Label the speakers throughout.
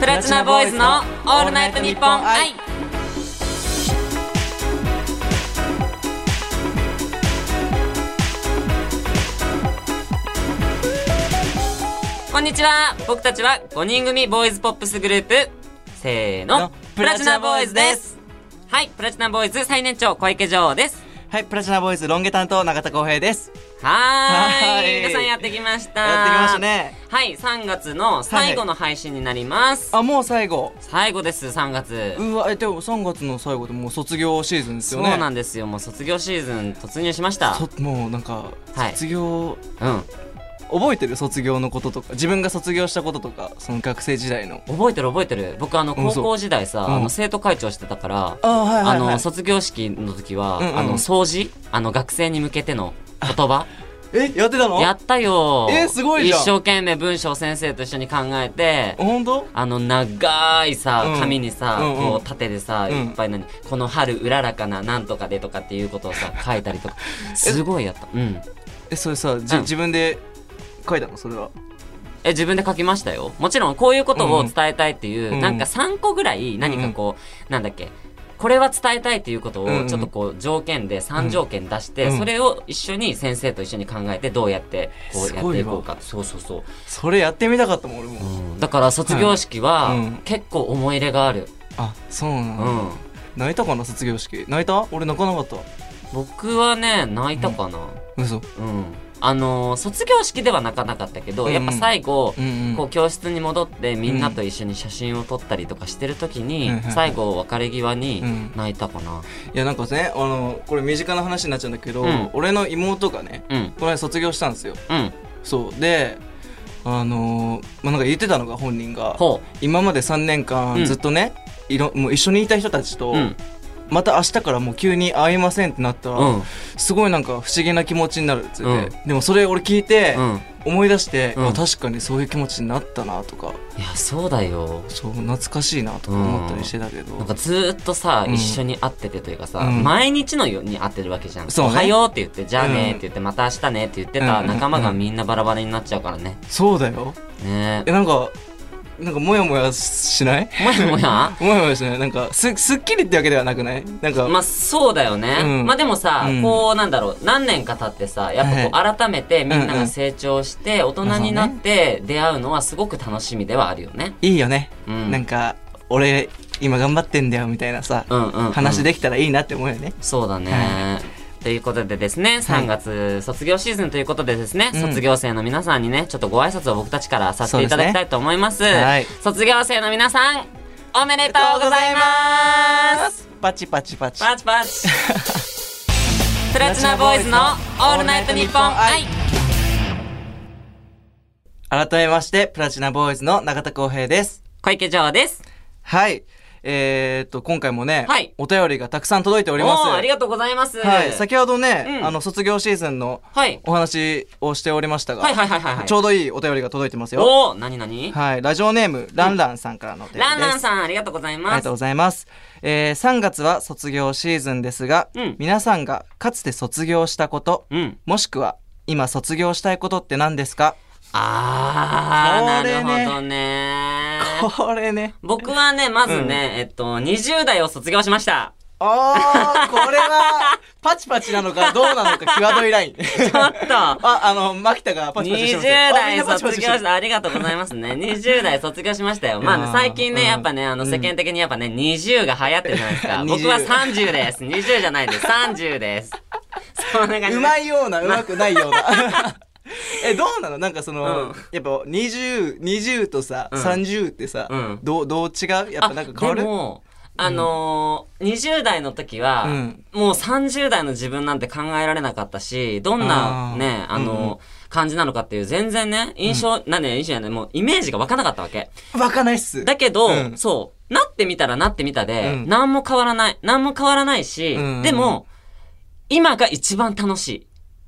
Speaker 1: ナチュナボーイズのオールナイトニッポン愛こんにちは僕たちは5人組ボーイズポップスグループせーの
Speaker 2: の
Speaker 1: プラチナボーイズですはいプラチナボーイズ最年長小池女王です
Speaker 2: はい、プラチナボーイズロン毛担当永田光平です。
Speaker 1: はーい
Speaker 2: はーい
Speaker 1: 皆さんやってきました
Speaker 2: やってきましたね。
Speaker 1: はい3月の最後の配信になります、
Speaker 2: あ、もう最後。
Speaker 1: 最後です3月
Speaker 2: うわ、え、でも3月の最後でもう卒業シーズンです
Speaker 1: そ
Speaker 2: よ
Speaker 1: う
Speaker 2: ね。
Speaker 1: なんですよもう卒業シーズン突入しました
Speaker 2: そもうなんか、
Speaker 1: はい
Speaker 2: 卒業、
Speaker 1: うん
Speaker 2: 覚えてる卒業のこととか、自分が卒業したこととか、その学生時代の。
Speaker 1: 覚えてる覚えてる僕あの
Speaker 2: うん
Speaker 1: 高
Speaker 2: そう
Speaker 1: 校時代さ、
Speaker 2: うん
Speaker 1: あの生徒会長してたから、
Speaker 2: あ、はい
Speaker 1: あの卒業式の時は、
Speaker 2: うんうんうん
Speaker 1: あの掃除あの学生に向けての言葉
Speaker 2: え、やってたの
Speaker 1: やったよ
Speaker 2: えーすごいじゃん
Speaker 1: 一生懸命文章を先生と一緒に考えて
Speaker 2: ほんと
Speaker 1: あの長いさ、
Speaker 2: うん
Speaker 1: 紙にさ、
Speaker 2: うんうん
Speaker 1: こう縦でさ、
Speaker 2: うん
Speaker 1: いっぱい何この春うららかななんとかでとかっていうことをさ書いたりとか すごいやったうん
Speaker 2: え、それさ、じ、
Speaker 1: うん
Speaker 2: 自分で書いたのそれは。
Speaker 1: え自分で書きましたよもちろんこういうことを伝えたいっていう、
Speaker 2: うんうん
Speaker 1: なんか3個ぐらい何かこう、なんだっけこれは伝えたいっていうこと
Speaker 2: うんう
Speaker 1: を
Speaker 2: ん
Speaker 1: ちょっとこう条件で3条件出して、
Speaker 2: うん
Speaker 1: それを一緒に先生と一緒に考えてどうやってこ
Speaker 2: す
Speaker 1: うやっ
Speaker 2: ごいわ
Speaker 1: ていこうかそうそうそう、
Speaker 2: それやってみたかったもん、俺も。
Speaker 1: うんだから卒業式は
Speaker 2: はいうん
Speaker 1: 結構思い入れがある、
Speaker 2: あ、そうな
Speaker 1: うん
Speaker 2: の、泣いたかな、卒業式。泣いた俺泣かなかった。
Speaker 1: 僕はね泣いたかな
Speaker 2: 嘘。
Speaker 1: うん、あのー卒業式では泣かなかったけど、
Speaker 2: うんうん
Speaker 1: やっぱ最後、
Speaker 2: うんうん
Speaker 1: こう教室に戻ってみんなと一緒に写真を撮ったりとかしてる時に、
Speaker 2: うん
Speaker 1: 最後別れ際に
Speaker 2: うん
Speaker 1: 泣いたかな。
Speaker 2: いやなんかねあのこれ身近な話になっちゃうんだけど、
Speaker 1: うん
Speaker 2: 俺の妹がね
Speaker 1: うん、
Speaker 2: この間卒業したんですよ
Speaker 1: うん、
Speaker 2: そうであのーまあ、なんか言ってたのが本人が
Speaker 1: ほ
Speaker 2: 今まで3年
Speaker 1: うん
Speaker 2: 間ずっとね、いろもう一緒にいた人たちと、
Speaker 1: う、うん、
Speaker 2: また明日からもう急に会いませんってなったら、
Speaker 1: うん、
Speaker 2: すごいなんか不思議な気持ちになるっつって、でもそれ俺聞いて
Speaker 1: うん。
Speaker 2: 思い出して、
Speaker 1: うん
Speaker 2: あ確かにそういう気持ちになったなとか
Speaker 1: いや、そうだよ。
Speaker 2: そう懐かしいなとか思ったりしてたけど、
Speaker 1: なんかずーっとさ、
Speaker 2: うん
Speaker 1: 一緒に会っててというかさ、
Speaker 2: うん
Speaker 1: 毎日のように会ってるわけじゃん。
Speaker 2: そうね
Speaker 1: おはようって言って、じゃあね
Speaker 2: うん
Speaker 1: って言って、また明日ねって言って
Speaker 2: うんうん
Speaker 1: た
Speaker 2: うん
Speaker 1: 仲間がみんなバラバラになっちゃうからね。
Speaker 2: そうだよ
Speaker 1: ね
Speaker 2: え
Speaker 1: え。
Speaker 2: なんかなんかモヤモヤしない
Speaker 1: もやもや
Speaker 2: もやもやしないなんかすすっきりってわけではなくないなんか、
Speaker 1: まあそうだよね、
Speaker 2: うん
Speaker 1: まあでもさ、
Speaker 2: うん
Speaker 1: こうなんだろう何年か経ってさやっぱこう改めてみんなが成長して大人になって出会うのはすごく楽しみではあるよね、
Speaker 2: いいよね、
Speaker 1: うん、
Speaker 2: なんか俺今頑張ってんだよみたいなさ、
Speaker 1: うんうんうん
Speaker 2: 話できたらいいなって思うよね
Speaker 1: そうだね、
Speaker 2: は
Speaker 1: ということでですね3月卒業シーズンということでですね、
Speaker 2: うん
Speaker 1: 卒業生の皆さんにねちょっとご挨拶を僕たちからさせていただきたいと思います
Speaker 2: ねはい
Speaker 1: 卒業生の皆さんおめでとうございます
Speaker 2: パチパチパチ
Speaker 1: パチパ チプラチナボーイズの「オールナイトニッポン愛」
Speaker 2: 改めましてプラチナボーイズの永田光平です
Speaker 1: 小池城です。
Speaker 2: はいえー、っと今回もね、
Speaker 1: はい
Speaker 2: お便りがたくさん届いてお
Speaker 1: お
Speaker 2: ります
Speaker 1: ーありがとうございます。
Speaker 2: はい、先ほどね、
Speaker 1: うん
Speaker 2: あの卒業シーズンの
Speaker 1: はい。
Speaker 2: お話をしておりましたが、
Speaker 1: はいはいはいはいはい
Speaker 2: ちょうどいいお便りが届いてますよ
Speaker 1: おお、なになに
Speaker 2: はい、ラジオネーム、ランランさんからのお便りです。
Speaker 1: ランランさん、ありがとうござい
Speaker 2: あり
Speaker 1: ま
Speaker 2: がと
Speaker 1: す
Speaker 2: う。ございます。えー、3月は卒業シーズンですが、
Speaker 1: うん
Speaker 2: 皆さんがかつて卒業したこと、
Speaker 1: うん。
Speaker 2: もしくは今卒業したいことって何ですか
Speaker 1: あー、な
Speaker 2: これね
Speaker 1: るほどね。
Speaker 2: これね。
Speaker 1: 僕はね、まずね、えっと、20代を卒業しました。
Speaker 2: あー、こ れは、パチパチなのかどうなのか際どいライン。
Speaker 1: ちょっと。
Speaker 2: あ、あの、マキタがパチパチし
Speaker 1: 20
Speaker 2: てますよあみん
Speaker 1: 代
Speaker 2: なパチパ
Speaker 1: 卒業
Speaker 2: チしてる
Speaker 1: した。ありがとうございますね。20代卒業しま したよ。まあ
Speaker 2: いや
Speaker 1: ね、
Speaker 2: ー
Speaker 1: 最近ね、
Speaker 2: うん
Speaker 1: やっぱね、あの、世間的にやっぱね、20が流行ってるじゃないです か。
Speaker 2: 20
Speaker 1: 僕は30です。20じゃないです。30です。 そんな感じ。
Speaker 2: うまいような、うまくないよう な。え、どうなのなんかその、
Speaker 1: うん
Speaker 2: やっぱ20、20とさ、
Speaker 1: うん
Speaker 2: 30ってさ、
Speaker 1: うん
Speaker 2: どう、どう違うやっぱなんか変わ
Speaker 1: あで
Speaker 2: る
Speaker 1: も、あのー20代の時は、
Speaker 2: うん
Speaker 1: もう30代の自分なんて考えられなかったし、どん
Speaker 2: あ
Speaker 1: な
Speaker 2: ー
Speaker 1: ね、あ
Speaker 2: うんう
Speaker 1: のー感じなのかっていう全然ね、印象、なんで印象やね、もうイメージが湧かなかったわけ。
Speaker 2: わかんないっす。
Speaker 1: だけど、
Speaker 2: うん
Speaker 1: そう、なってみたらなってみたで、
Speaker 2: うん
Speaker 1: 何も変わらない。何も変わらないし、
Speaker 2: うんうん
Speaker 1: でも、今が一番楽しい。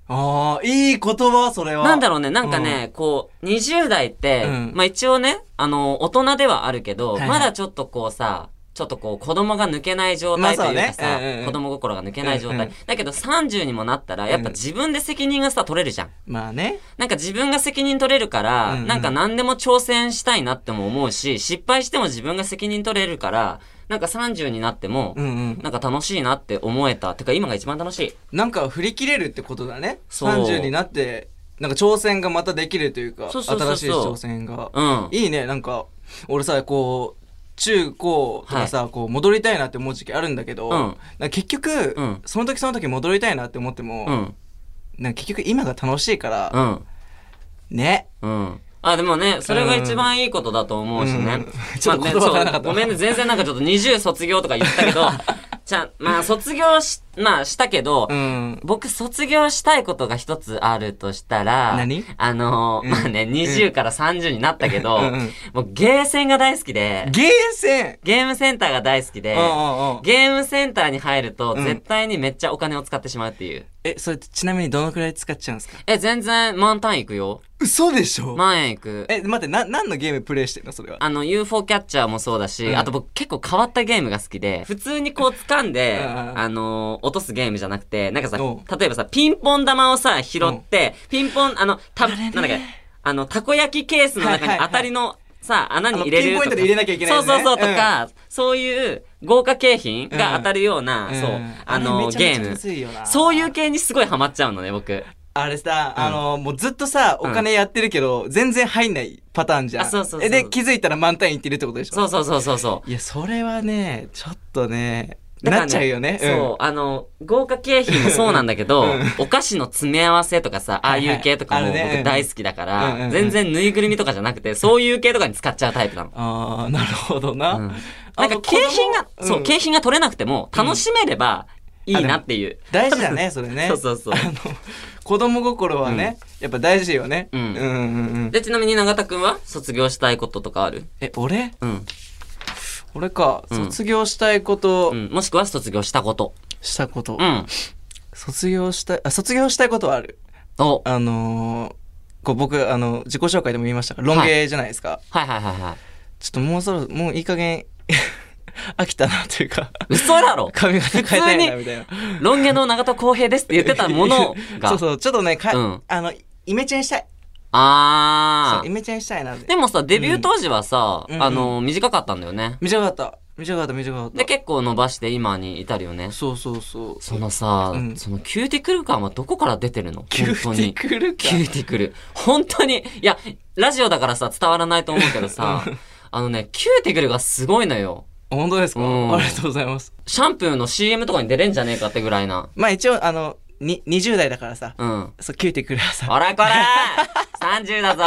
Speaker 2: ああ、いい言葉、それは。
Speaker 1: なんだろうね、なんかね、こう、20代って、
Speaker 2: うん
Speaker 1: まあ一応ね、あの、大人ではあるけど、
Speaker 2: はいはい
Speaker 1: まだちょっとこうさ、ちょっとこう、子供が抜けない状態というかさ、
Speaker 2: まあそうねうんうんうん
Speaker 1: 子供心が抜けない状態。
Speaker 2: うんうん
Speaker 1: だけど30にもなったら、やっぱ自分で責任がさ、取れるじゃん。
Speaker 2: まあね。
Speaker 1: なんか自分が責任取れるから、
Speaker 2: うんうん
Speaker 1: なんか何でも挑戦したいなっても思うし、失敗しても自分が責任取れるから、なんか30になっても、
Speaker 2: うんうん。
Speaker 1: なんか楽しいなって思えた。てか今が一番楽しい。
Speaker 2: なんか振り切れるってことだね。
Speaker 1: そう
Speaker 2: 30になって、なんか挑戦がまたできるというか、
Speaker 1: そうそうそうそう
Speaker 2: 新しい挑戦が。
Speaker 1: うん。
Speaker 2: いいね、なんか、俺さ、こう、中高とかさ、こう戻りたいなって思う時期あるんだけど、
Speaker 1: うん
Speaker 2: なんか結局、
Speaker 1: うん
Speaker 2: その時その時戻りたいなって思っても、
Speaker 1: うん。
Speaker 2: なんか結局今が楽しいから、
Speaker 1: うん。
Speaker 2: ね。
Speaker 1: うん。あ、でもね、それが一番いいことだと思うしね。
Speaker 2: うん
Speaker 1: まあ
Speaker 2: ちょっと言葉足らなか
Speaker 1: ねそ
Speaker 2: った
Speaker 1: うごめんね、全然なんかちょっと20卒業とか言ったけ ど、じゃあまあ卒業し、まあしたけど、
Speaker 2: うん。
Speaker 1: 僕卒業したいことが一つあるとしたら、
Speaker 2: 何
Speaker 1: あのーまあね、20から30になったけど、
Speaker 2: うんうん
Speaker 1: もうゲーセンが大好きで、
Speaker 2: ゲーセン
Speaker 1: ゲームセンターが大好きで、
Speaker 2: うんうんうん
Speaker 1: ゲームセンターに入ると、
Speaker 2: うん
Speaker 1: 絶対にめっちゃお金を使ってしまうっていう。
Speaker 2: え、それってちなみにどのくらい使っちゃうんですか
Speaker 1: え、全然満タンいくよ。
Speaker 2: 嘘でしょ
Speaker 1: 万円いく。
Speaker 2: え、待って、な、何のゲームプレイしてんのそれは。
Speaker 1: あの、UFO キャッチャーもそうだし、
Speaker 2: うん
Speaker 1: あと僕結構変わったゲームが好きで、普通にこう掴んで、
Speaker 2: うんうん
Speaker 1: あのー落とすゲームじゃなくて、なんかさ、
Speaker 2: お
Speaker 1: 例えばさ、ピンポン玉をさ、拾って、ピンポン、あの、た、
Speaker 2: あれね
Speaker 1: なんだっけ、あの、たこ焼きケースの中
Speaker 2: はいは
Speaker 1: に
Speaker 2: いは
Speaker 1: 当
Speaker 2: い
Speaker 1: たりの、さ穴に入れる
Speaker 2: あのピンポイントで入れなきゃいけない
Speaker 1: そ
Speaker 2: や
Speaker 1: う
Speaker 2: つね
Speaker 1: そうそう、とか、そういう豪華景品が当たるような、
Speaker 2: うん
Speaker 1: そう
Speaker 2: うん、
Speaker 1: あの
Speaker 2: あれめちゃ
Speaker 1: ゲ
Speaker 2: めちゃむずい
Speaker 1: ー
Speaker 2: よ
Speaker 1: ム。
Speaker 2: な
Speaker 1: そういう系にすごいハマっちゃうのね、僕。
Speaker 2: あれさ、あの、もうずっとさ、お金やってるけど、全然入んないパターンじゃん。
Speaker 1: あそうそうそう
Speaker 2: えで、気づいたら満タンいってるってことでしょ
Speaker 1: そうそうそうそうそう。
Speaker 2: いや、それはね、ちょっとね、
Speaker 1: だから
Speaker 2: なっちゃうよね。
Speaker 1: そう、あの、豪華景品もそうなんだけど、お菓子の詰め合わせとかさ、ああいう系とかも
Speaker 2: はいはいあるね
Speaker 1: 僕大好きだか
Speaker 2: うんうんうんう
Speaker 1: ら、
Speaker 2: ん
Speaker 1: 全然ぬいぐるみとかじゃなくて、そういう系とかに使っちゃうタイプなの。
Speaker 2: ああ、なるほどな。
Speaker 1: うんなん
Speaker 2: あ
Speaker 1: か
Speaker 2: の
Speaker 1: 景品が
Speaker 2: 子、供
Speaker 1: そう、
Speaker 2: ん
Speaker 1: 景品が取れなくても、楽しめればいいなっていう。
Speaker 2: 大事だね、それね。
Speaker 1: そうそうそう。
Speaker 2: あの、子供心はね、やっぱ大事よね。
Speaker 1: うん
Speaker 2: うんうんうん。
Speaker 1: で、ちなみに永田くんは卒業したいこととかある
Speaker 2: え、俺
Speaker 1: うん。
Speaker 2: 俺か、
Speaker 1: うん
Speaker 2: 卒業したいこと、
Speaker 1: うん。もしくは卒業したこと。
Speaker 2: したこと、
Speaker 1: うん。
Speaker 2: 卒業したい、あ、卒業したいことはある。
Speaker 1: お。
Speaker 2: あのーこう僕、あの、自己紹介でも言いましたが、ロン毛じゃないですか。
Speaker 1: はいはいはいはい。
Speaker 2: ちょっともうそろ、もういい加減、 飽きたなというか、
Speaker 1: 嘘だ ろ
Speaker 2: 髪型変えたいな、みたいな。
Speaker 1: ロン毛の永田浩平ですって言ってたものが。
Speaker 2: そうそう、ちょっとね、か
Speaker 1: うん
Speaker 2: あの、イメチェンしたい。
Speaker 1: あ
Speaker 2: そう
Speaker 1: ー
Speaker 2: イ。メチェンしたいなって。
Speaker 1: でもさ、デビュー当時はさ、
Speaker 2: うん
Speaker 1: あの、短かったんだよね。
Speaker 2: 短かった。短かった、短かっ
Speaker 1: で、
Speaker 2: た。
Speaker 1: 結構伸ばして今に至るよね。
Speaker 2: そうそうそう。
Speaker 1: そのさ、
Speaker 2: うん
Speaker 1: そのキューティクル感はどこから出てるの
Speaker 2: キ
Speaker 1: 本
Speaker 2: ュー
Speaker 1: 当
Speaker 2: ティ
Speaker 1: に。
Speaker 2: クルか
Speaker 1: キュ。ーティクル。本当に。いや、ラジオだからさ、伝わらないと思うけどさ、あのね、キューティクルがすごいのよ。
Speaker 2: 本当ですか
Speaker 1: うん
Speaker 2: ありがとうございます。
Speaker 1: シャンプーの CM とかに出れんじゃねえかってぐらいな。
Speaker 2: まあ一応、あの、に、20代だからさ、
Speaker 1: うん。
Speaker 2: そう、キューティクルはさ、
Speaker 1: ほらこら !30 だぞ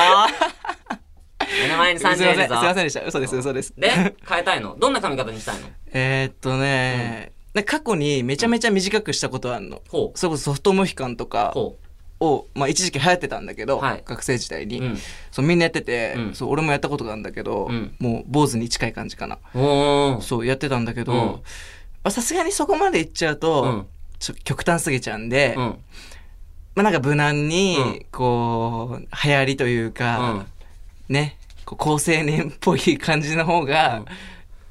Speaker 1: 目の前に
Speaker 2: すいませ
Speaker 1: 30
Speaker 2: ん、
Speaker 1: い
Speaker 2: す
Speaker 1: る
Speaker 2: い
Speaker 1: ぞ
Speaker 2: ませんでした。嘘です、嘘です。
Speaker 1: で、変えたいのどんな髪型にしたいの
Speaker 2: えーっとね、で過去にめちゃめちゃ短くしたことあるの。
Speaker 1: ほ
Speaker 2: それこそソフトモヒカンと
Speaker 1: う。
Speaker 2: か
Speaker 1: ほ
Speaker 2: を、まあ一時期流行ってたんだけど、
Speaker 1: はい
Speaker 2: 学生時代
Speaker 1: う。
Speaker 2: に、
Speaker 1: うん。
Speaker 2: そうみんなやってて、
Speaker 1: うん
Speaker 2: そう俺もやったことがあるんだけど、
Speaker 1: うん
Speaker 2: もう坊主に近い感じかな。
Speaker 1: おー。
Speaker 2: そうやってたんだけど、
Speaker 1: うん
Speaker 2: まあさすがにそこまでいっちゃうと、
Speaker 1: うん
Speaker 2: ちょ極端すぎちゃうんで、
Speaker 1: うん。
Speaker 2: まあなんか無難に、
Speaker 1: うん
Speaker 2: こう、流行りという
Speaker 1: うん
Speaker 2: か、ね、こう高青年っぽい感じの方が、
Speaker 1: うん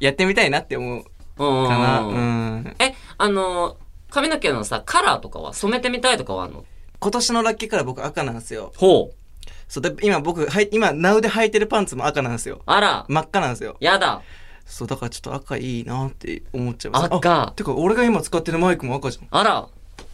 Speaker 2: やってみたいなって思う
Speaker 1: うん
Speaker 2: かな。
Speaker 1: う
Speaker 2: うん
Speaker 1: う
Speaker 2: ん
Speaker 1: んうんえ、あのー、髪の毛のさ、カラーとかは染めてみたいとかはあんの
Speaker 2: 今年のラッキーから僕赤なんですよ。
Speaker 1: ほう。
Speaker 2: そうで今僕、はい、今、ナウで履いてるパンツも赤なんですよ。
Speaker 1: あら、
Speaker 2: 真っ赤なんですよ。
Speaker 1: やだ。
Speaker 2: そう、だからちょっと赤いいなって思っちゃいます。
Speaker 1: 赤。
Speaker 2: てか俺が今使ってるマイクも赤じゃん
Speaker 1: あら、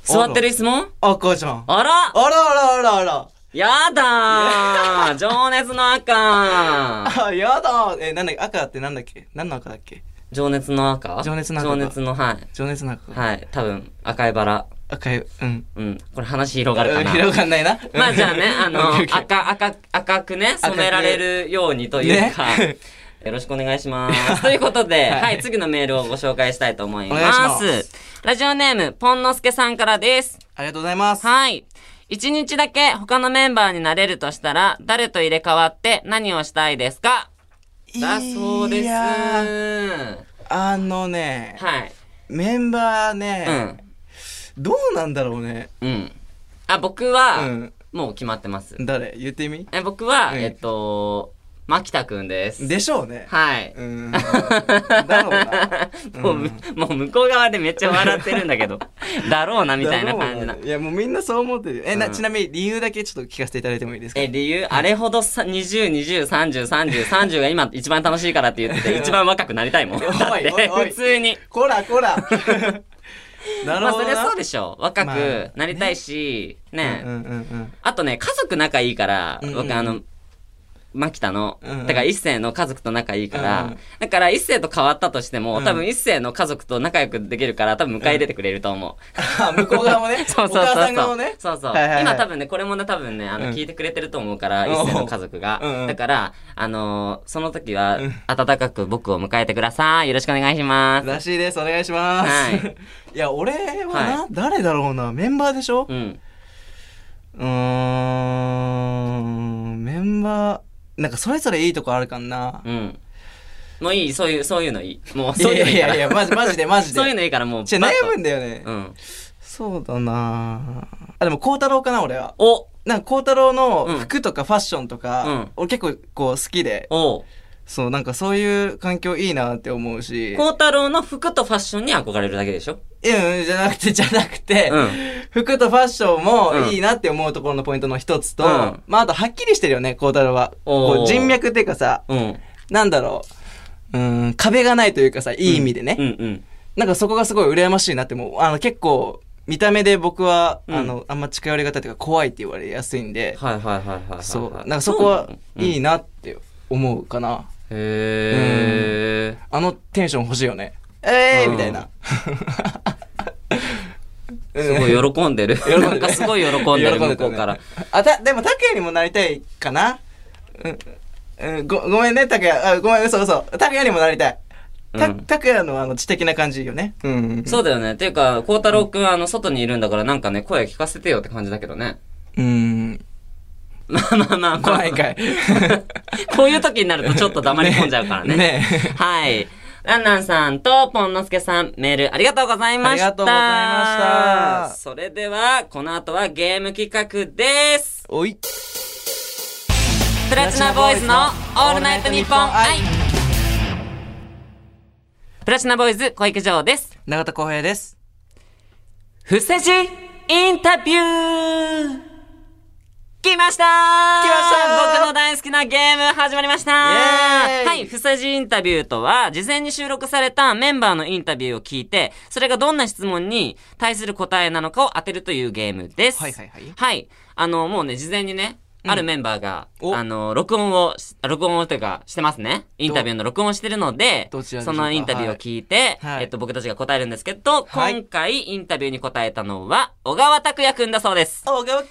Speaker 1: 座ってる椅子も
Speaker 2: 赤じゃんあ
Speaker 1: あら、
Speaker 2: らあらあらあら
Speaker 1: やだー。情熱の赤。
Speaker 2: あやだえなんだっけ赤ってなんだっけ何の赤だっけ
Speaker 1: 情熱の赤
Speaker 2: 情熱の赤
Speaker 1: 情熱の、はい。
Speaker 2: 情熱の赤
Speaker 1: はい、多分、赤いバラ。
Speaker 2: 赤いうん
Speaker 1: うん。これ話広がるかな。
Speaker 2: 広がんないな
Speaker 1: まあじゃあね、あの
Speaker 2: オッケーオッケ、ー
Speaker 1: 赤、赤、赤くね、染められるようにというか、
Speaker 2: ね
Speaker 1: よろしくお願いします。ということで、は、
Speaker 2: はいい
Speaker 1: 次のメールをご紹介したいと思い
Speaker 2: お願いし
Speaker 1: ま。
Speaker 2: ます
Speaker 1: ラジオネーム、ポンのすけさんからです。
Speaker 2: ありがとうございます
Speaker 1: はい。一日だけ他のメンバーになれるとしたら、誰と入れ替わって何をしたいですかだそうで
Speaker 2: い
Speaker 1: す。
Speaker 2: やー
Speaker 1: は
Speaker 2: あのね
Speaker 1: い。
Speaker 2: メンバー
Speaker 1: う
Speaker 2: ね
Speaker 1: ん。
Speaker 2: どうなんだろうね
Speaker 1: うん。あ、僕
Speaker 2: う
Speaker 1: は、
Speaker 2: ん
Speaker 1: もう決まってます。
Speaker 2: 誰言ってみ
Speaker 1: え僕は、
Speaker 2: うん
Speaker 1: えっと、牧田くんです。
Speaker 2: でしょうね。
Speaker 1: はい。
Speaker 2: うーん。だろうな。
Speaker 1: もう、もう向こう側でめっちゃ笑ってるんだ けど、だろう な、みたいな感じな
Speaker 2: だろう。いや、もうみんなそう思ってるよ。え、
Speaker 1: う
Speaker 2: な、
Speaker 1: ん
Speaker 2: ちなみに理由だけちょっと聞かせていただいてもいいですか
Speaker 1: え、理由あれほどさ20、20、30、30、30が今一番楽しいからって言って て、一番若くなりたいもん。だ
Speaker 2: おい
Speaker 1: って
Speaker 2: おいおい
Speaker 1: 普通に。
Speaker 2: こら こらな
Speaker 1: ま
Speaker 2: る
Speaker 1: あ
Speaker 2: ほ
Speaker 1: そ
Speaker 2: ど
Speaker 1: りゃ
Speaker 2: な。
Speaker 1: そうでしょ。若
Speaker 2: まあ
Speaker 1: くなりたいし、ね。
Speaker 2: うんうんうん
Speaker 1: あとね、家族仲いいから、
Speaker 2: うんうん
Speaker 1: 僕あの、牧田の、
Speaker 2: うんうん
Speaker 1: だから一世の家族と仲いいから、
Speaker 2: うんうん
Speaker 1: だから一世と変わったとしても、
Speaker 2: うん
Speaker 1: 多分一世の家族と仲良くできるから、多分迎え入れてくれると思う。。
Speaker 2: あ向こう側もね
Speaker 1: そうそう
Speaker 2: お母
Speaker 1: そう
Speaker 2: さ
Speaker 1: そ
Speaker 2: ん
Speaker 1: う。
Speaker 2: 側もね。
Speaker 1: そうそう、
Speaker 2: はいはいはい
Speaker 1: 今多分ね、これもね、多分ね、あの、
Speaker 2: うん
Speaker 1: 聞いてくれてると思うから、
Speaker 2: うん
Speaker 1: 一世の家族が。
Speaker 2: うんうん
Speaker 1: だから、あのーその時は
Speaker 2: うん、
Speaker 1: 温かく僕を迎えてください。よろしくお願いします。
Speaker 2: らしいです。お願いします。、
Speaker 1: はい
Speaker 2: や、俺はな、
Speaker 1: は
Speaker 2: 誰だろうな。メンバーでしょ
Speaker 1: うん。
Speaker 2: うーん、メンバー、なんかそれぞれいいとこあるかな。
Speaker 1: うん。もういい、そういう、そういうのいい。もう、
Speaker 2: い
Speaker 1: そう
Speaker 2: や
Speaker 1: いうのい
Speaker 2: い
Speaker 1: いか
Speaker 2: やい
Speaker 1: ら。
Speaker 2: や、マジマジでマジで。
Speaker 1: そういうのいいから、もう、
Speaker 2: ちょ
Speaker 1: バ
Speaker 2: 悩
Speaker 1: ッと
Speaker 2: むんだよね。
Speaker 1: うん。
Speaker 2: そうだなあ、でも、孝太郎かな、俺は。
Speaker 1: お
Speaker 2: なんか、孝太郎の
Speaker 1: うん
Speaker 2: 服とかファッションとか、
Speaker 1: うん
Speaker 2: 俺結構、こう、好きで、
Speaker 1: お
Speaker 2: そう、なんかそういう環境いいなって思うし、
Speaker 1: 孝太郎の服とファッションに憧れるだけでしょ
Speaker 2: いや、うんじゃなくて、じ ゃなくて、
Speaker 1: うん
Speaker 2: 服とファッション
Speaker 1: うん
Speaker 2: もいいなって思うところのポイントの一つと、
Speaker 1: うん
Speaker 2: まあ、あと、はっきりしてるよね、孝太郎は。
Speaker 1: おー
Speaker 2: こう人脈っていうかさ、
Speaker 1: うん。
Speaker 2: なんだろう、うーん、壁がないというかさ、いい意味でね。
Speaker 1: うんうん。
Speaker 2: なんかそこがすごい羨ましいなって、もう、あの、結構、見た目で僕は、
Speaker 1: うん
Speaker 2: あの、あんま近寄り方というか怖いって言われやすいんで、
Speaker 1: はいはいはいはいはい。
Speaker 2: そう、なんかそこは
Speaker 1: そうなのうん
Speaker 2: いいなって思うかな。
Speaker 1: へえ。
Speaker 2: あのテンション欲しいよね。えー
Speaker 1: うん
Speaker 2: みたいな。
Speaker 1: すごい 喜んでる。
Speaker 2: んでる
Speaker 1: なんかすごい喜んでる、
Speaker 2: 喜
Speaker 1: 向
Speaker 2: た
Speaker 1: こ
Speaker 2: ね
Speaker 1: うから。。
Speaker 2: あ、た、でも、拓也にもなりたいかな。うん、うん、ご、ごめんね、拓也。あごめん、嘘嘘。拓也にもなりたい。た、
Speaker 1: うん
Speaker 2: 拓也のあの、知的な感じよね。うん。
Speaker 1: そうだよね。っていうか、孝太郎くんはあの、外にいるんだから、なんかね、声聞かせてよって感じだけどね。
Speaker 2: うん。
Speaker 1: まあまあまあまあ。
Speaker 2: 怖いんかい。
Speaker 1: こういう時になるとちょっと黙り込んじゃうからね。
Speaker 2: ね
Speaker 1: はい。ランランさんとポンのすけさん、メールありがとうございました。
Speaker 2: ありがとうございました
Speaker 1: それでは、この後はゲーム企画です。
Speaker 2: おい。
Speaker 1: プラチナボーイズのオールナイトニッポン愛。プラチナボーイズ小池城です。
Speaker 2: 永田光平です。
Speaker 1: 伏せ字インタビュー来ました来
Speaker 2: 来ました
Speaker 1: 僕の大好きなゲーム始まりました
Speaker 2: イエーイ
Speaker 1: はい、不正字インタビューとは、事前に収録されたメンバーのインタビューを聞いて、それがどんな質問に対する答えなのかを当てるというゲームです。
Speaker 2: はいはいはい
Speaker 1: はい。あの、もうね、事前にね、あるメンバーが、
Speaker 2: お
Speaker 1: あの、録音をし、録音をというか、してますね。インタビューの録音をしてるので、
Speaker 2: どどちらでしょ
Speaker 1: そう
Speaker 2: か
Speaker 1: のインタビューを聞いて、
Speaker 2: はいはい
Speaker 1: えっと、僕たちが答えるんですけど、
Speaker 2: はい
Speaker 1: 今回インタビューに答えたのは、小川拓也くんだそうです。
Speaker 2: 小川く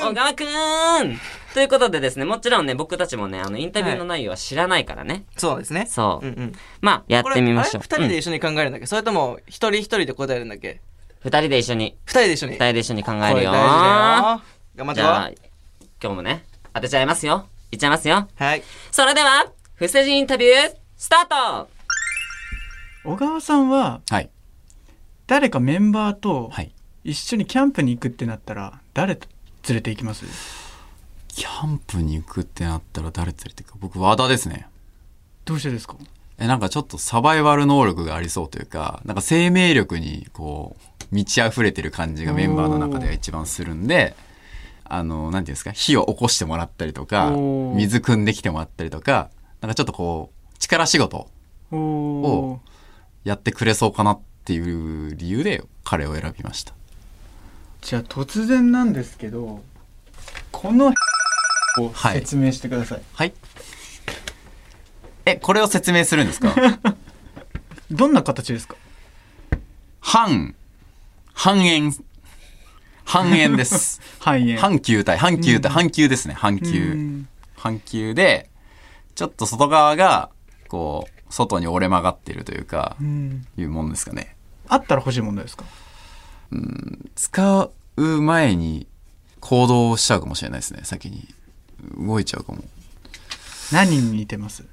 Speaker 1: 小
Speaker 2: ん。
Speaker 1: 川くーんということでですね、もちろんね、僕たちもね、あの、インタビューの内容は知らないからね。
Speaker 2: そうですね。
Speaker 1: そう。
Speaker 2: うんうん。
Speaker 1: まあ、やってみましょう。
Speaker 2: これあれ二人で一緒に考えるんだっけ、それとも一人一人で答えるんだっけ
Speaker 1: うん二人で一緒に、
Speaker 2: 二人で一緒に
Speaker 1: 二人で一緒に考え
Speaker 2: こ
Speaker 1: る
Speaker 2: れ
Speaker 1: よ。
Speaker 2: 大事だよ頑張って
Speaker 1: じ
Speaker 2: こ
Speaker 1: ゃあ、今日もね、当てちゃいますよ。いっちゃいますよ。
Speaker 2: はい
Speaker 1: それでは、不正人インタビュー、スタート
Speaker 3: 小川さんは
Speaker 4: はい。
Speaker 3: 誰かメンバーと
Speaker 4: はい。
Speaker 3: 一緒にキャンプに行くってなったら誰と連れて行きます
Speaker 4: キャンプに行くってなったら誰連れて行くか。僕、和田ですね。
Speaker 3: どうしてですか
Speaker 4: え、なんかちょっとサバイバル能力がありそうというか、なんか生命力にこう、満ち溢れてる感じがメンバーの中では一番するんで、あの、なんていうんですか、火を起こしてもらったりとか、
Speaker 3: おー
Speaker 4: 水汲んできてもらったりとか、なんかちょっとこう、力仕事
Speaker 3: お
Speaker 4: おやってくれそうかなっていう理由で彼を選びました。
Speaker 3: じゃあ突然なんですけどこのを
Speaker 4: はい
Speaker 3: 説明してください、
Speaker 4: はい。え、これを説明するんですか
Speaker 3: どんな形ですか
Speaker 4: 半、半円、半 円です。
Speaker 3: 半円
Speaker 4: 半球体、半球体、半球ですね、半
Speaker 3: う
Speaker 4: 球。
Speaker 3: ん
Speaker 4: 半球で、ちょっと外側が、こう、外に折れ曲がってるというか
Speaker 3: う、ん
Speaker 4: いうもんですかね。
Speaker 3: あったら欲しいものですか
Speaker 4: 使う前に行動しちゃうかもしれないですね、先に。動いちゃうかも。
Speaker 3: 何に似てます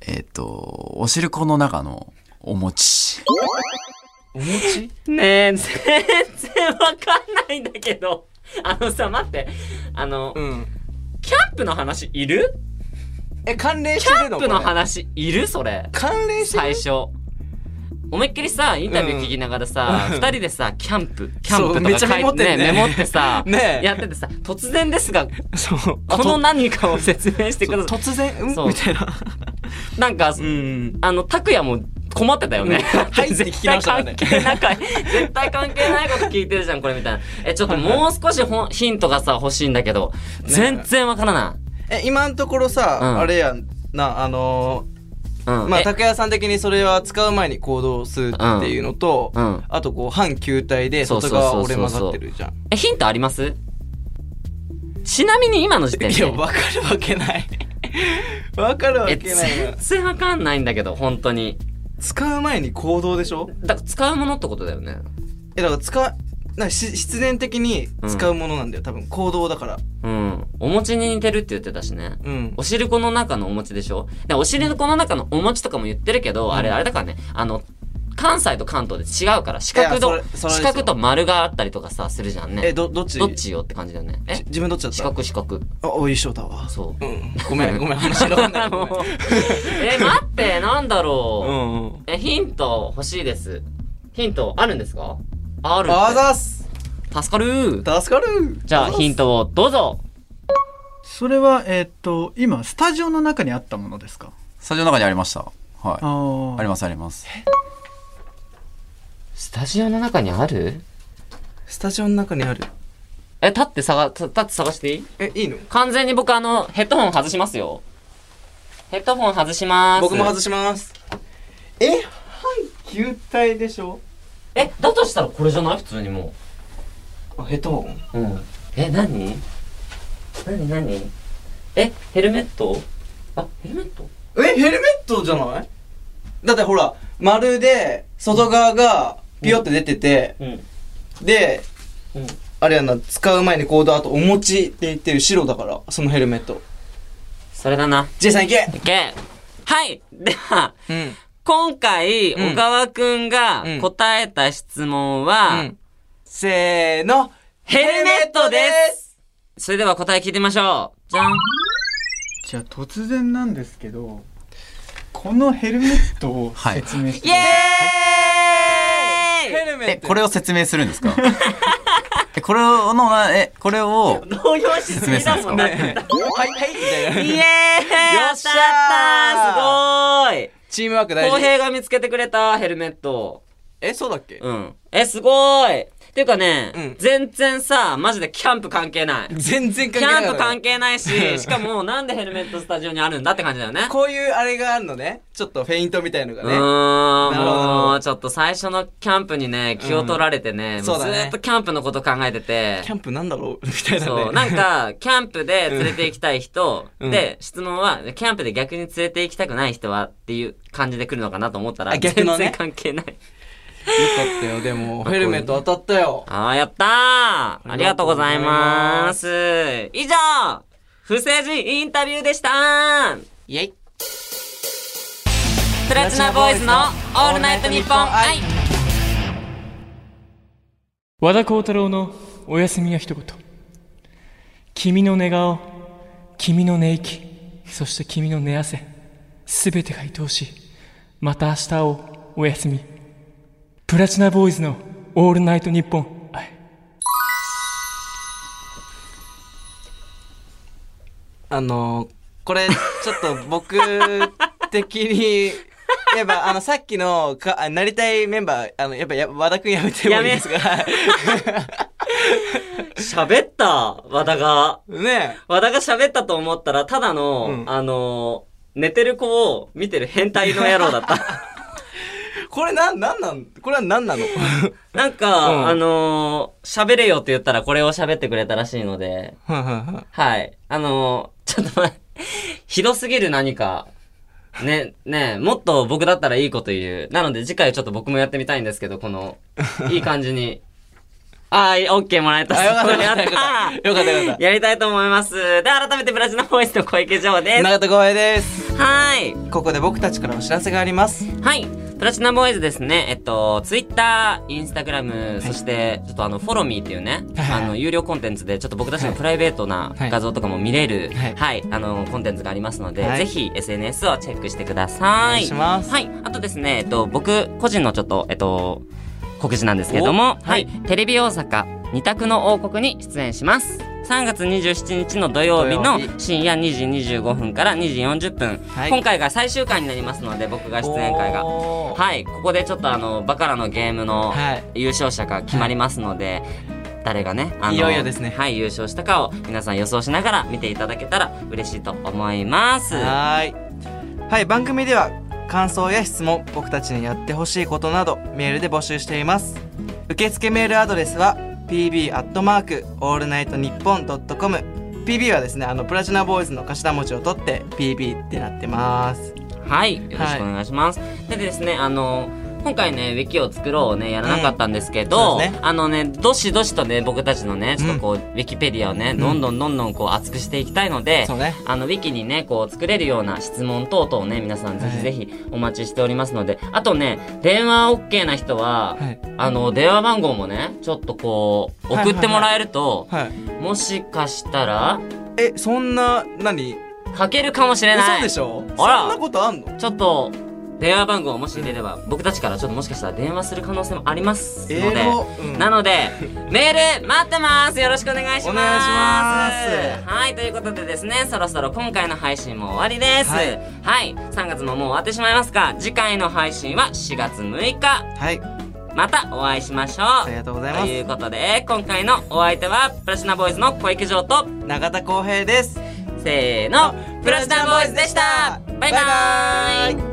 Speaker 4: えっ、と、お汁粉の中のお餅。
Speaker 2: お餅
Speaker 1: ねえ、全然わかんないんだけど。あのさ、待って。あの、
Speaker 2: うん
Speaker 1: キャンプの話いる
Speaker 2: え、関連してるの
Speaker 1: ップの
Speaker 2: これ
Speaker 1: 話いるそれ
Speaker 2: 関連して
Speaker 1: 最
Speaker 2: る
Speaker 1: 初思いっきりさインタビュー聞きながらさ、二人でさキャンプキャンプと
Speaker 2: そうめ
Speaker 1: か
Speaker 2: っち
Speaker 1: 書
Speaker 2: ゃ
Speaker 1: いて
Speaker 2: メモってんね
Speaker 1: メモってさ
Speaker 2: ねえ
Speaker 1: やっててさ突然ですが
Speaker 2: そう。あ
Speaker 1: この何かを説明してください
Speaker 2: 突然、うん
Speaker 1: そう
Speaker 2: みたいな。
Speaker 1: なんか、
Speaker 2: うん。
Speaker 1: あの拓也も困ってたよね、
Speaker 2: はい
Speaker 1: 絶対関係なかい絶対関係ないこと聞いてるじゃんこれみたいなえちょっともう少しほんヒントがさ欲しいんだけど全然わからな
Speaker 2: え、今のところ
Speaker 1: うん
Speaker 2: さ、あれやんな、あの
Speaker 1: い、う
Speaker 2: ー、
Speaker 1: ん、
Speaker 2: まあ、
Speaker 1: え
Speaker 2: 竹谷さん的にそれは使う前に行動するっていうのと
Speaker 1: うんうん、
Speaker 2: あとこう、半球体で
Speaker 1: そうそ
Speaker 2: 外
Speaker 1: うそうそう
Speaker 2: 側俺混ざってるじゃん。
Speaker 1: えヒントありますちなみに今の時点
Speaker 2: いや、
Speaker 1: で
Speaker 2: わかるわけない。 わかるわ
Speaker 1: え
Speaker 2: けない
Speaker 1: 全
Speaker 2: な。
Speaker 1: 然わかんないんだけど本当に
Speaker 2: 使う前に行動でしょ
Speaker 1: だから使うものってことだよね
Speaker 2: え、だから使う、なんかし必然的に使うものなんだよ、多分行動だから。
Speaker 1: うんお餅に似てるって言ってたしね
Speaker 2: うん
Speaker 1: お。汁粉の中のお餅でしょでお汁粉の中のお餅とかも言ってるけど、あれあれだからねあの関西と関東で違うから四角
Speaker 2: い
Speaker 1: と
Speaker 2: やそれそれです
Speaker 1: 四
Speaker 2: よ
Speaker 1: 角と丸があったりとかさするじゃんね
Speaker 2: え、ど、どっち
Speaker 1: どっちよって感じだよねえ
Speaker 2: じ自分どっちだっ
Speaker 1: 四
Speaker 2: た
Speaker 1: 角四角
Speaker 2: あ、おい、翔太は。
Speaker 1: そう
Speaker 2: う。ん。ご めん、ごめん、話が分かんない。
Speaker 1: もうえ待ってなんだろう、
Speaker 2: うんうん。
Speaker 1: え、ヒント欲しいです。ヒントあるんですかある
Speaker 2: あざっす
Speaker 1: 助かる
Speaker 2: 助かる
Speaker 1: じゃあヒン
Speaker 2: ト。
Speaker 1: トをどうぞ
Speaker 3: それは、えーっと、今、スタジオの中にあったものですか
Speaker 4: スタジオの中にありました。はい。あ
Speaker 3: あ
Speaker 4: り
Speaker 3: ま
Speaker 4: ますあります。
Speaker 1: スタジオの中にある
Speaker 2: スタジオの中にある。
Speaker 1: え、立って探、立って探していい
Speaker 2: え、いいの
Speaker 1: 完全に僕あの、ヘッドホン外しますよ。ヘッドホン外します。
Speaker 2: 僕も
Speaker 1: し
Speaker 2: 外します。え、半球体でしょ
Speaker 1: え、だとしたらこれじゃない普通にも
Speaker 2: あ、ヘッドホ
Speaker 1: う。
Speaker 2: ン
Speaker 1: うん。え、何何何え、ヘルメットあ、ヘルメット
Speaker 2: え、ヘルメットじゃないだってほら、丸で、外側が、ピヨって出てて、
Speaker 1: うん。
Speaker 2: で、
Speaker 1: うん。
Speaker 2: あれやな、使う前に行動、あとお餅って言ってる白だから、そのヘルメット。
Speaker 1: それだな。
Speaker 2: ジェイさん行け
Speaker 1: いけはい では、
Speaker 2: うん。
Speaker 1: 今回、
Speaker 2: うん
Speaker 1: 小川くんが
Speaker 2: うん
Speaker 1: 答えた質問は、
Speaker 2: うんせーの、
Speaker 1: ヘルメットですそれでは答え聞いてみましょう。じゃん。
Speaker 3: じゃあ、突然なんですけど、このヘルメットを
Speaker 4: はい
Speaker 3: 説明してく
Speaker 1: イ
Speaker 3: ださい、
Speaker 1: エーイ、
Speaker 2: ルメ
Speaker 4: え、これを説明するんですか え、これをの、え、これを、
Speaker 1: 動揺しすぎだもんね。
Speaker 4: 説明し
Speaker 1: イエー
Speaker 2: はい、はい、みたいな。
Speaker 1: イ当
Speaker 2: よったし
Speaker 1: っ
Speaker 2: ゃ
Speaker 1: たすごーい
Speaker 2: チームワーク大
Speaker 1: 浩
Speaker 2: 事。
Speaker 1: 平が見つけてくれた、ヘルメット。
Speaker 2: え、そうだっけ
Speaker 1: うん。え、すごーいっていうかね、
Speaker 2: うん
Speaker 1: 全然さ、マジでキャンプ関係ない。
Speaker 2: 全然
Speaker 1: キ
Speaker 2: 関係ない。
Speaker 1: ャンプ関
Speaker 2: 係
Speaker 1: 係ないし、 しかもなんでヘルメットスタジオにあるんだって感じだよね。
Speaker 2: こういうあれがあるのね。ちょっとフェイントみたいのが
Speaker 1: う
Speaker 2: ね。
Speaker 1: ーん、
Speaker 2: なるほど
Speaker 1: もう、ちょっと最初のキャンプにね、気を取られてね、
Speaker 2: うん
Speaker 1: もう
Speaker 2: そ
Speaker 1: ず
Speaker 2: うだね
Speaker 1: ーっとキャンプのこと考えてて
Speaker 2: キ、ャンプなんだろう みたいなね。
Speaker 1: そう、なんか、キャンプで連れて行きたい人、
Speaker 2: うん
Speaker 1: で、質問は、キャンプで逆に連れて行きたくない人はっていう感じで来るのかなと思ったら、
Speaker 2: あ逆のね
Speaker 1: 全然関係ない。
Speaker 2: よかったよ。でも、ヘルメット当たったよ。
Speaker 1: ああ、やったーありがとうございます。以上、不正人インタビューでした
Speaker 2: イェイ。
Speaker 1: プラチナボーイズのオールナイトニッポン愛
Speaker 5: 和田幸太郎のお休みや一言君の寝顔君の寝息そして君の寝汗すべてが愛おしいまた明日をおやすみプラチナボーイズのオールナイトニッポン愛
Speaker 2: あのー、これ、ちょっと僕的に、 やっぱあの、さっきのか、あなりたいメンバー、あの、やっぱや和田くんやめてもいいで すか
Speaker 1: 喋った、和田が。
Speaker 2: ね
Speaker 1: 和田が喋ったと思ったら、ただの、
Speaker 2: うん
Speaker 1: あのー、寝てる子を見てる変態の野郎だった。
Speaker 2: えこれなん、なんなん、これはなんなの
Speaker 1: なんか、
Speaker 2: うん
Speaker 1: あのー、喋れよって言ったらこれを喋ってくれたらしいので、はい。あのー、ちょっと待って、 ひどすぎる何か。ね、ねもっと僕だったらいいこと言う。なので次回ちょっと僕もやってみたいんですけど、こ の、いい感じに。ああ、オッケーもらえた。
Speaker 2: あよかった
Speaker 1: や
Speaker 2: よかったよかったよかっ た
Speaker 1: やりたいと思います。で、改めてブラジルボーイスの小池ジョーです。
Speaker 2: 永田光平です。
Speaker 1: はい。
Speaker 2: ここで僕たちからお知らせがあります。
Speaker 1: はい。プラチナボーイズですね、えっと、ツイッター、インスタグラム、そして、ちょっとあの、フォローミーっていうね、
Speaker 2: はい
Speaker 1: あの、有料コンテンツで、ちょっと僕たちの
Speaker 2: はい
Speaker 1: プライベートな
Speaker 2: はい
Speaker 1: 画像とかも見れる、
Speaker 2: は
Speaker 1: はいい、あの、コンテンツがありますので、
Speaker 2: はい
Speaker 1: ぜひ SNS をチェックしてください。
Speaker 2: お願いします
Speaker 1: はい。あとですね、えっと、僕、個人のちょっと、えっと、告示なんですけれども、
Speaker 2: おは
Speaker 1: はいい、テレビ大阪、二択の王国に出演します。3月27日の土曜日の
Speaker 2: 土曜日
Speaker 1: 深夜2時25分から2時40分、
Speaker 2: はい
Speaker 1: 今回が最終回になりますので僕が出演会が
Speaker 2: おー
Speaker 1: はい、ここでちょっとあのバカラのゲームの
Speaker 2: はい
Speaker 1: 優勝者が決まりますので、誰がね、あの
Speaker 2: いよいよですね
Speaker 1: はい、優勝したかを皆さん予想しながら見ていただけたら嬉しいと思います。は
Speaker 2: はーいはい番組では感想や質問僕たちにやってほしいことなどメールで募集しています受付メールアドレスは pb アットマークオールナイトニッポンドットコム pb はですねあのプラチナボーイズの頭文字を取って pb ってなってます
Speaker 1: い、よろしくお願いします。でですね、あの今回ね、ウィキを作ろうをね、やらなかったんですけ
Speaker 2: うんそ
Speaker 1: ど、
Speaker 2: うですね
Speaker 1: あのね、どしどしとね、僕たちのね、ちょっとこう、ウィキペディアをね、どんどんどんどんこう、厚くしていきたいので、
Speaker 2: そうね
Speaker 1: あの、ウィキにね、こう、作れるような質問等々をね、皆さんぜひぜひお待ちしておりますので、あとね、電話 OK な人は、
Speaker 2: はい
Speaker 1: あの、電話番号もね、ちょっとこう、
Speaker 2: はいはいはい
Speaker 1: 送ってもらえると、
Speaker 2: はい
Speaker 1: もしかしたら、
Speaker 2: えそんな何
Speaker 1: かけるかもしれな
Speaker 2: 嘘
Speaker 1: い。
Speaker 2: でしょそん
Speaker 1: あら
Speaker 2: なことあんの
Speaker 1: ちょっと、電話番号をもし入れれば、僕たちからちょっともしかしたら電話する可能性もあります
Speaker 2: え
Speaker 1: ので、
Speaker 2: うん
Speaker 1: なので、メール待ってますよろしくお願いします
Speaker 2: お願いします
Speaker 1: はい、ということでですね、そろそろ今回の配信も終わりです。
Speaker 2: は
Speaker 1: はいい、3月ももう終わってしまいますが、次回の配信は4月6日、
Speaker 2: はい
Speaker 1: またお会いしましょう
Speaker 2: ありがとうござい
Speaker 1: と
Speaker 2: ま
Speaker 1: いうことで、今回のお相手は、プラチナボーイズの小池城と、
Speaker 2: す永田浩平です
Speaker 1: せーの、プラチナボーイズでしたバイバ
Speaker 2: バイバ
Speaker 1: ー
Speaker 2: ーイ
Speaker 1: イ